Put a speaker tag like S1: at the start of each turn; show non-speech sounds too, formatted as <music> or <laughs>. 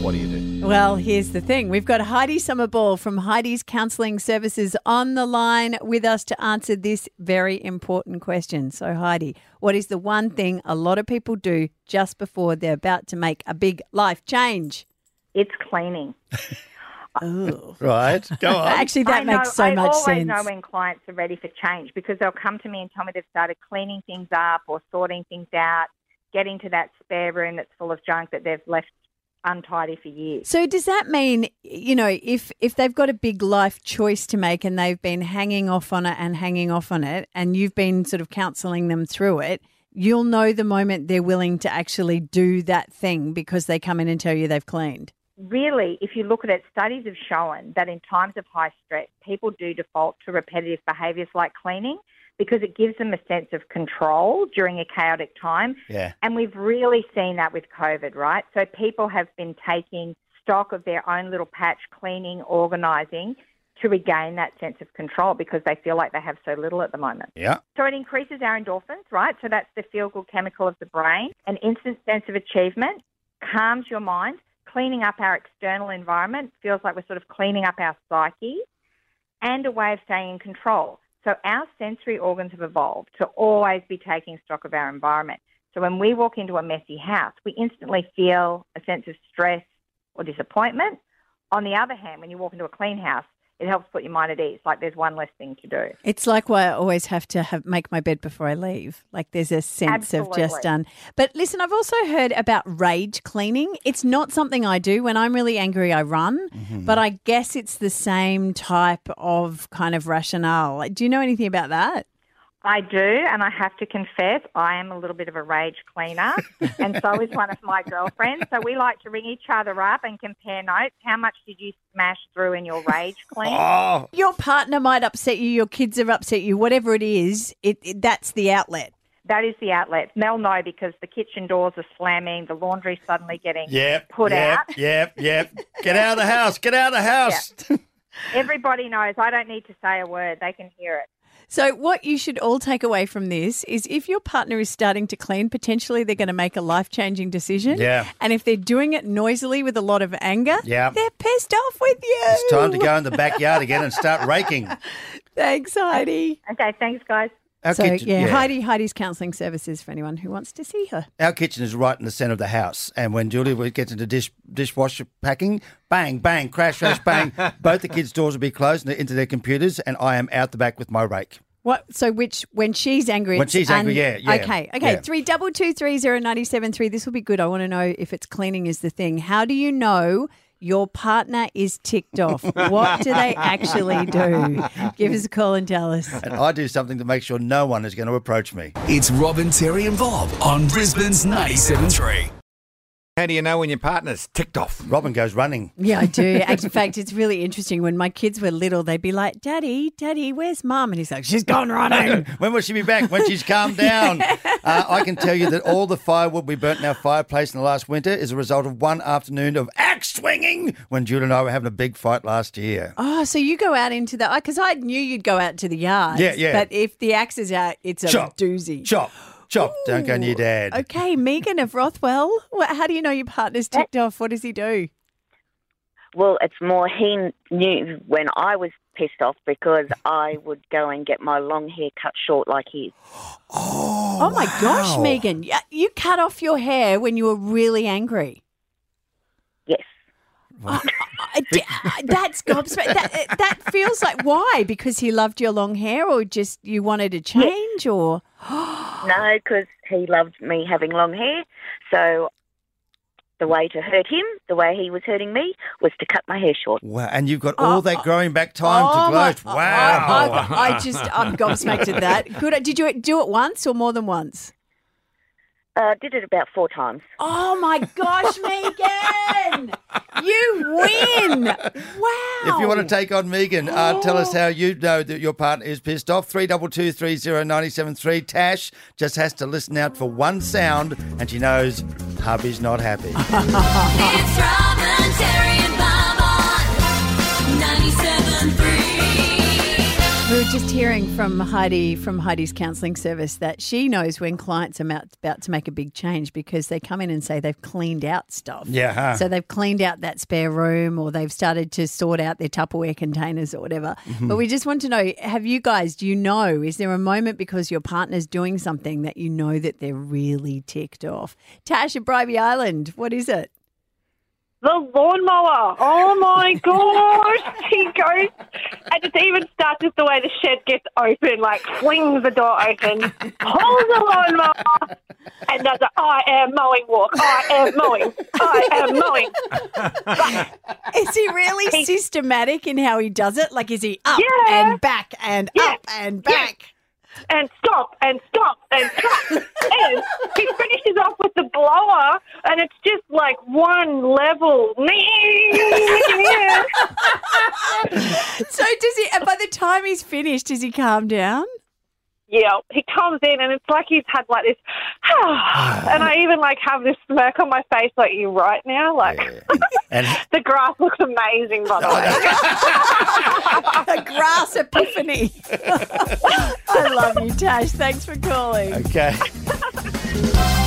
S1: what do you do?
S2: Well, here's the thing. We've got Heidi Summerball from Heidi's Counselling Services on the line with us to answer this very important question. So, Heidi, what is the one thing a lot of people do just before they're about to make a big life change?
S3: It's cleaning.
S2: Ooh.
S1: Right, <laughs> go on.
S2: Actually, that
S3: I know,
S2: makes so
S3: I
S2: much
S3: always
S2: sense.
S3: know when clients are ready for change because they'll come to me and tell me they've started cleaning things up or sorting things out, getting to that spare room that's full of junk that they've left untidy for years.
S2: So does that mean you know if if they've got a big life choice to make and they've been hanging off on it and hanging off on it and you've been sort of counseling them through it, you'll know the moment they're willing to actually do that thing because they come in and tell you they've cleaned.
S3: Really, if you look at it, studies have shown that in times of high stress, people do default to repetitive behaviours like cleaning because it gives them a sense of control during a chaotic time
S1: Yeah.
S3: And we've really seen that with COVID, right? So people have been taking stock of their own little patch, cleaning, organising to regain that sense of control because they feel like they have so little at the moment.
S1: Yeah.
S3: So it increases our endorphins, right? So that's the feel good chemical of the brain, an instant sense of achievement, calms your mind. Cleaning up our external environment feels like we're sort of cleaning up our psyche and a way of staying in control. So our sensory organs have evolved to always be taking stock of our environment. So when we walk into a messy house, we instantly feel a sense of stress or disappointment. On the other hand, when you walk into a clean house, it helps put your mind at ease, like there's one less thing to do.
S2: It's like why I always have to have, make my bed before I leave. Like there's a sense of just
S3: Absolutely.
S2: done. But listen, I've also heard about rage cleaning. It's not something I do. When I'm really angry, I run. But I guess it's the same type of kind of rationale. Do you know anything about that?
S3: I do, and I have to confess, I am a little bit of a rage
S1: <laughs>
S3: cleaner, and so is one of my girlfriends. So we like to ring each other up and compare notes. How much did you smash through in your rage clean?
S1: Oh,
S2: Your partner might upset you. Your kids are upset you. Whatever it is, it, it that's the outlet.
S3: That is the outlet. They'll know because the kitchen doors are slamming, the laundry suddenly getting
S1: yep.
S3: put
S1: yep,
S3: out.
S1: Yep, yep. Get out of the house. Get out of the house. <laughs>
S3: Everybody knows. I don't need to say a word. They can hear it.
S2: So, what you should all take away from this is if your partner is starting to clean, potentially they're going to make a life changing decision.
S1: Yeah.
S2: And if they're doing it noisily with a lot of anger,
S1: Yeah.
S2: they're pissed off with you.
S1: It's time to go in the backyard again and start raking.
S2: Thanks, Heidi.
S3: Okay, thanks, guys.
S1: Our
S2: so,
S1: kitchen,
S2: yeah, Heidi, Heidi's counselling services for anyone who wants to see her.
S1: Our kitchen is right in the centre of the house, and when Julie would get into dish dishwasher packing, bang, bang, crash, crash, <laughs> bang, both the kids' doors would be closed and into their computers, and I am out the back with my rake.
S2: What? So, which when she's angry?
S1: When
S2: it's
S1: she's angry, yeah, yeah,
S2: Okay, okay.
S1: yeah.
S2: Three double two three zero ninety seven three. This will be good. I want to know if it's cleaning is the thing. How do you know? Your partner is ticked off. What do they actually do? Give us a call and tell us.
S1: And I do something to make sure no one is going to approach me.
S4: It's Robin, Terry, and Bob on Brisbane's 97.3.
S5: How do you know when your partner's ticked off?
S1: Robin goes running.
S2: Yeah, I do. In fact, it's really interesting. When my kids were little, they'd be like, Daddy, Daddy, where's mum? And he's like, She's gone
S1: <laughs>
S2: running.
S1: When will she be back? When she's calmed down.
S2: <laughs>
S1: Uh, I can tell you that all the firewood we burnt in our fireplace in the last winter is a result of one afternoon of axe swinging when Julie and I were having a big fight last year.
S2: oh, so you go out into the. Because I knew you'd go out to the yard.
S1: Yeah, yeah.
S2: But if the axe is out, it's a
S1: Chop.
S2: doozy.
S1: Chop, chop, don't go near dad.
S2: Okay, Megan of Rothwell. Wha how do you know your partner's ticked off? What does he do?
S6: Well, it's more he knew when I was pissed off because I would go and get my long hair cut short like his.
S2: Oh, my gosh, Megan. y- You cut off your hair when you were really angry.
S6: Yes.
S2: I d- I- That's gobsmacked. That, that feels like why? Because he loved your long hair or just you wanted to change or.
S6: No, because he loved me having long hair. So the way to hurt him, the way he was hurting me, was to cut my hair short.
S1: Wow, and you've got all that growing back time
S2: Oh,
S1: to gloat.
S2: my-
S1: wow.
S2: I, I, I just, I'm gobsmacked at that. Good. Did you do it once or more than once?
S6: Uh, did it about four times.
S2: Oh my gosh, Megan! You win! Wow. Oh.
S1: if you want to take on Megan, uh, tell us how you know that your partner is pissed off. Three double two three zero ninety seven three. Tash just has to listen out for one sound, and she knows hubby's not happy.
S7: It's Robin, Terry, and Bob on 97.3.
S2: Who just hearing from Heidi from Heidi's counselling service that she knows when clients are about, about to make a big change because they come in and say they've cleaned out stuff.
S1: Yeah, huh.
S2: So they've cleaned out that spare room or they've started to sort out their Tupperware containers or whatever.
S1: Mm-hmm.
S2: But we just want to know have you guys, do you know, is there a moment because your partner's doing something that you know that they're really ticked off? Tash at Bribey Island, what is it?
S8: The lawnmower. Oh my gosh. He goes. And it even starts with the way the shed gets open, like flings the door open, pulls the lawnmower, and does a I am mowing walk. I am mowing. I am mowing.
S2: Is he
S8: <laughs>
S2: really systematic in how he does it? Like, is he up
S8: Yeah.
S2: and back and
S8: Yeah.
S2: up and back?
S8: And stop, and stop, and stop. and he finishes off with the blower, and it's just like one level.
S2: So does he? And by the time he's finished, does he calm down?
S8: Yeah, he comes in and it's like he's had like this, <sighs> and I even like have this smirk on my face like you right now. Like
S1: <laughs> And
S8: the grass looks amazing by the way.
S2: A grass <laughs> epiphany. I love you, Tash. Thanks for calling.
S1: okay.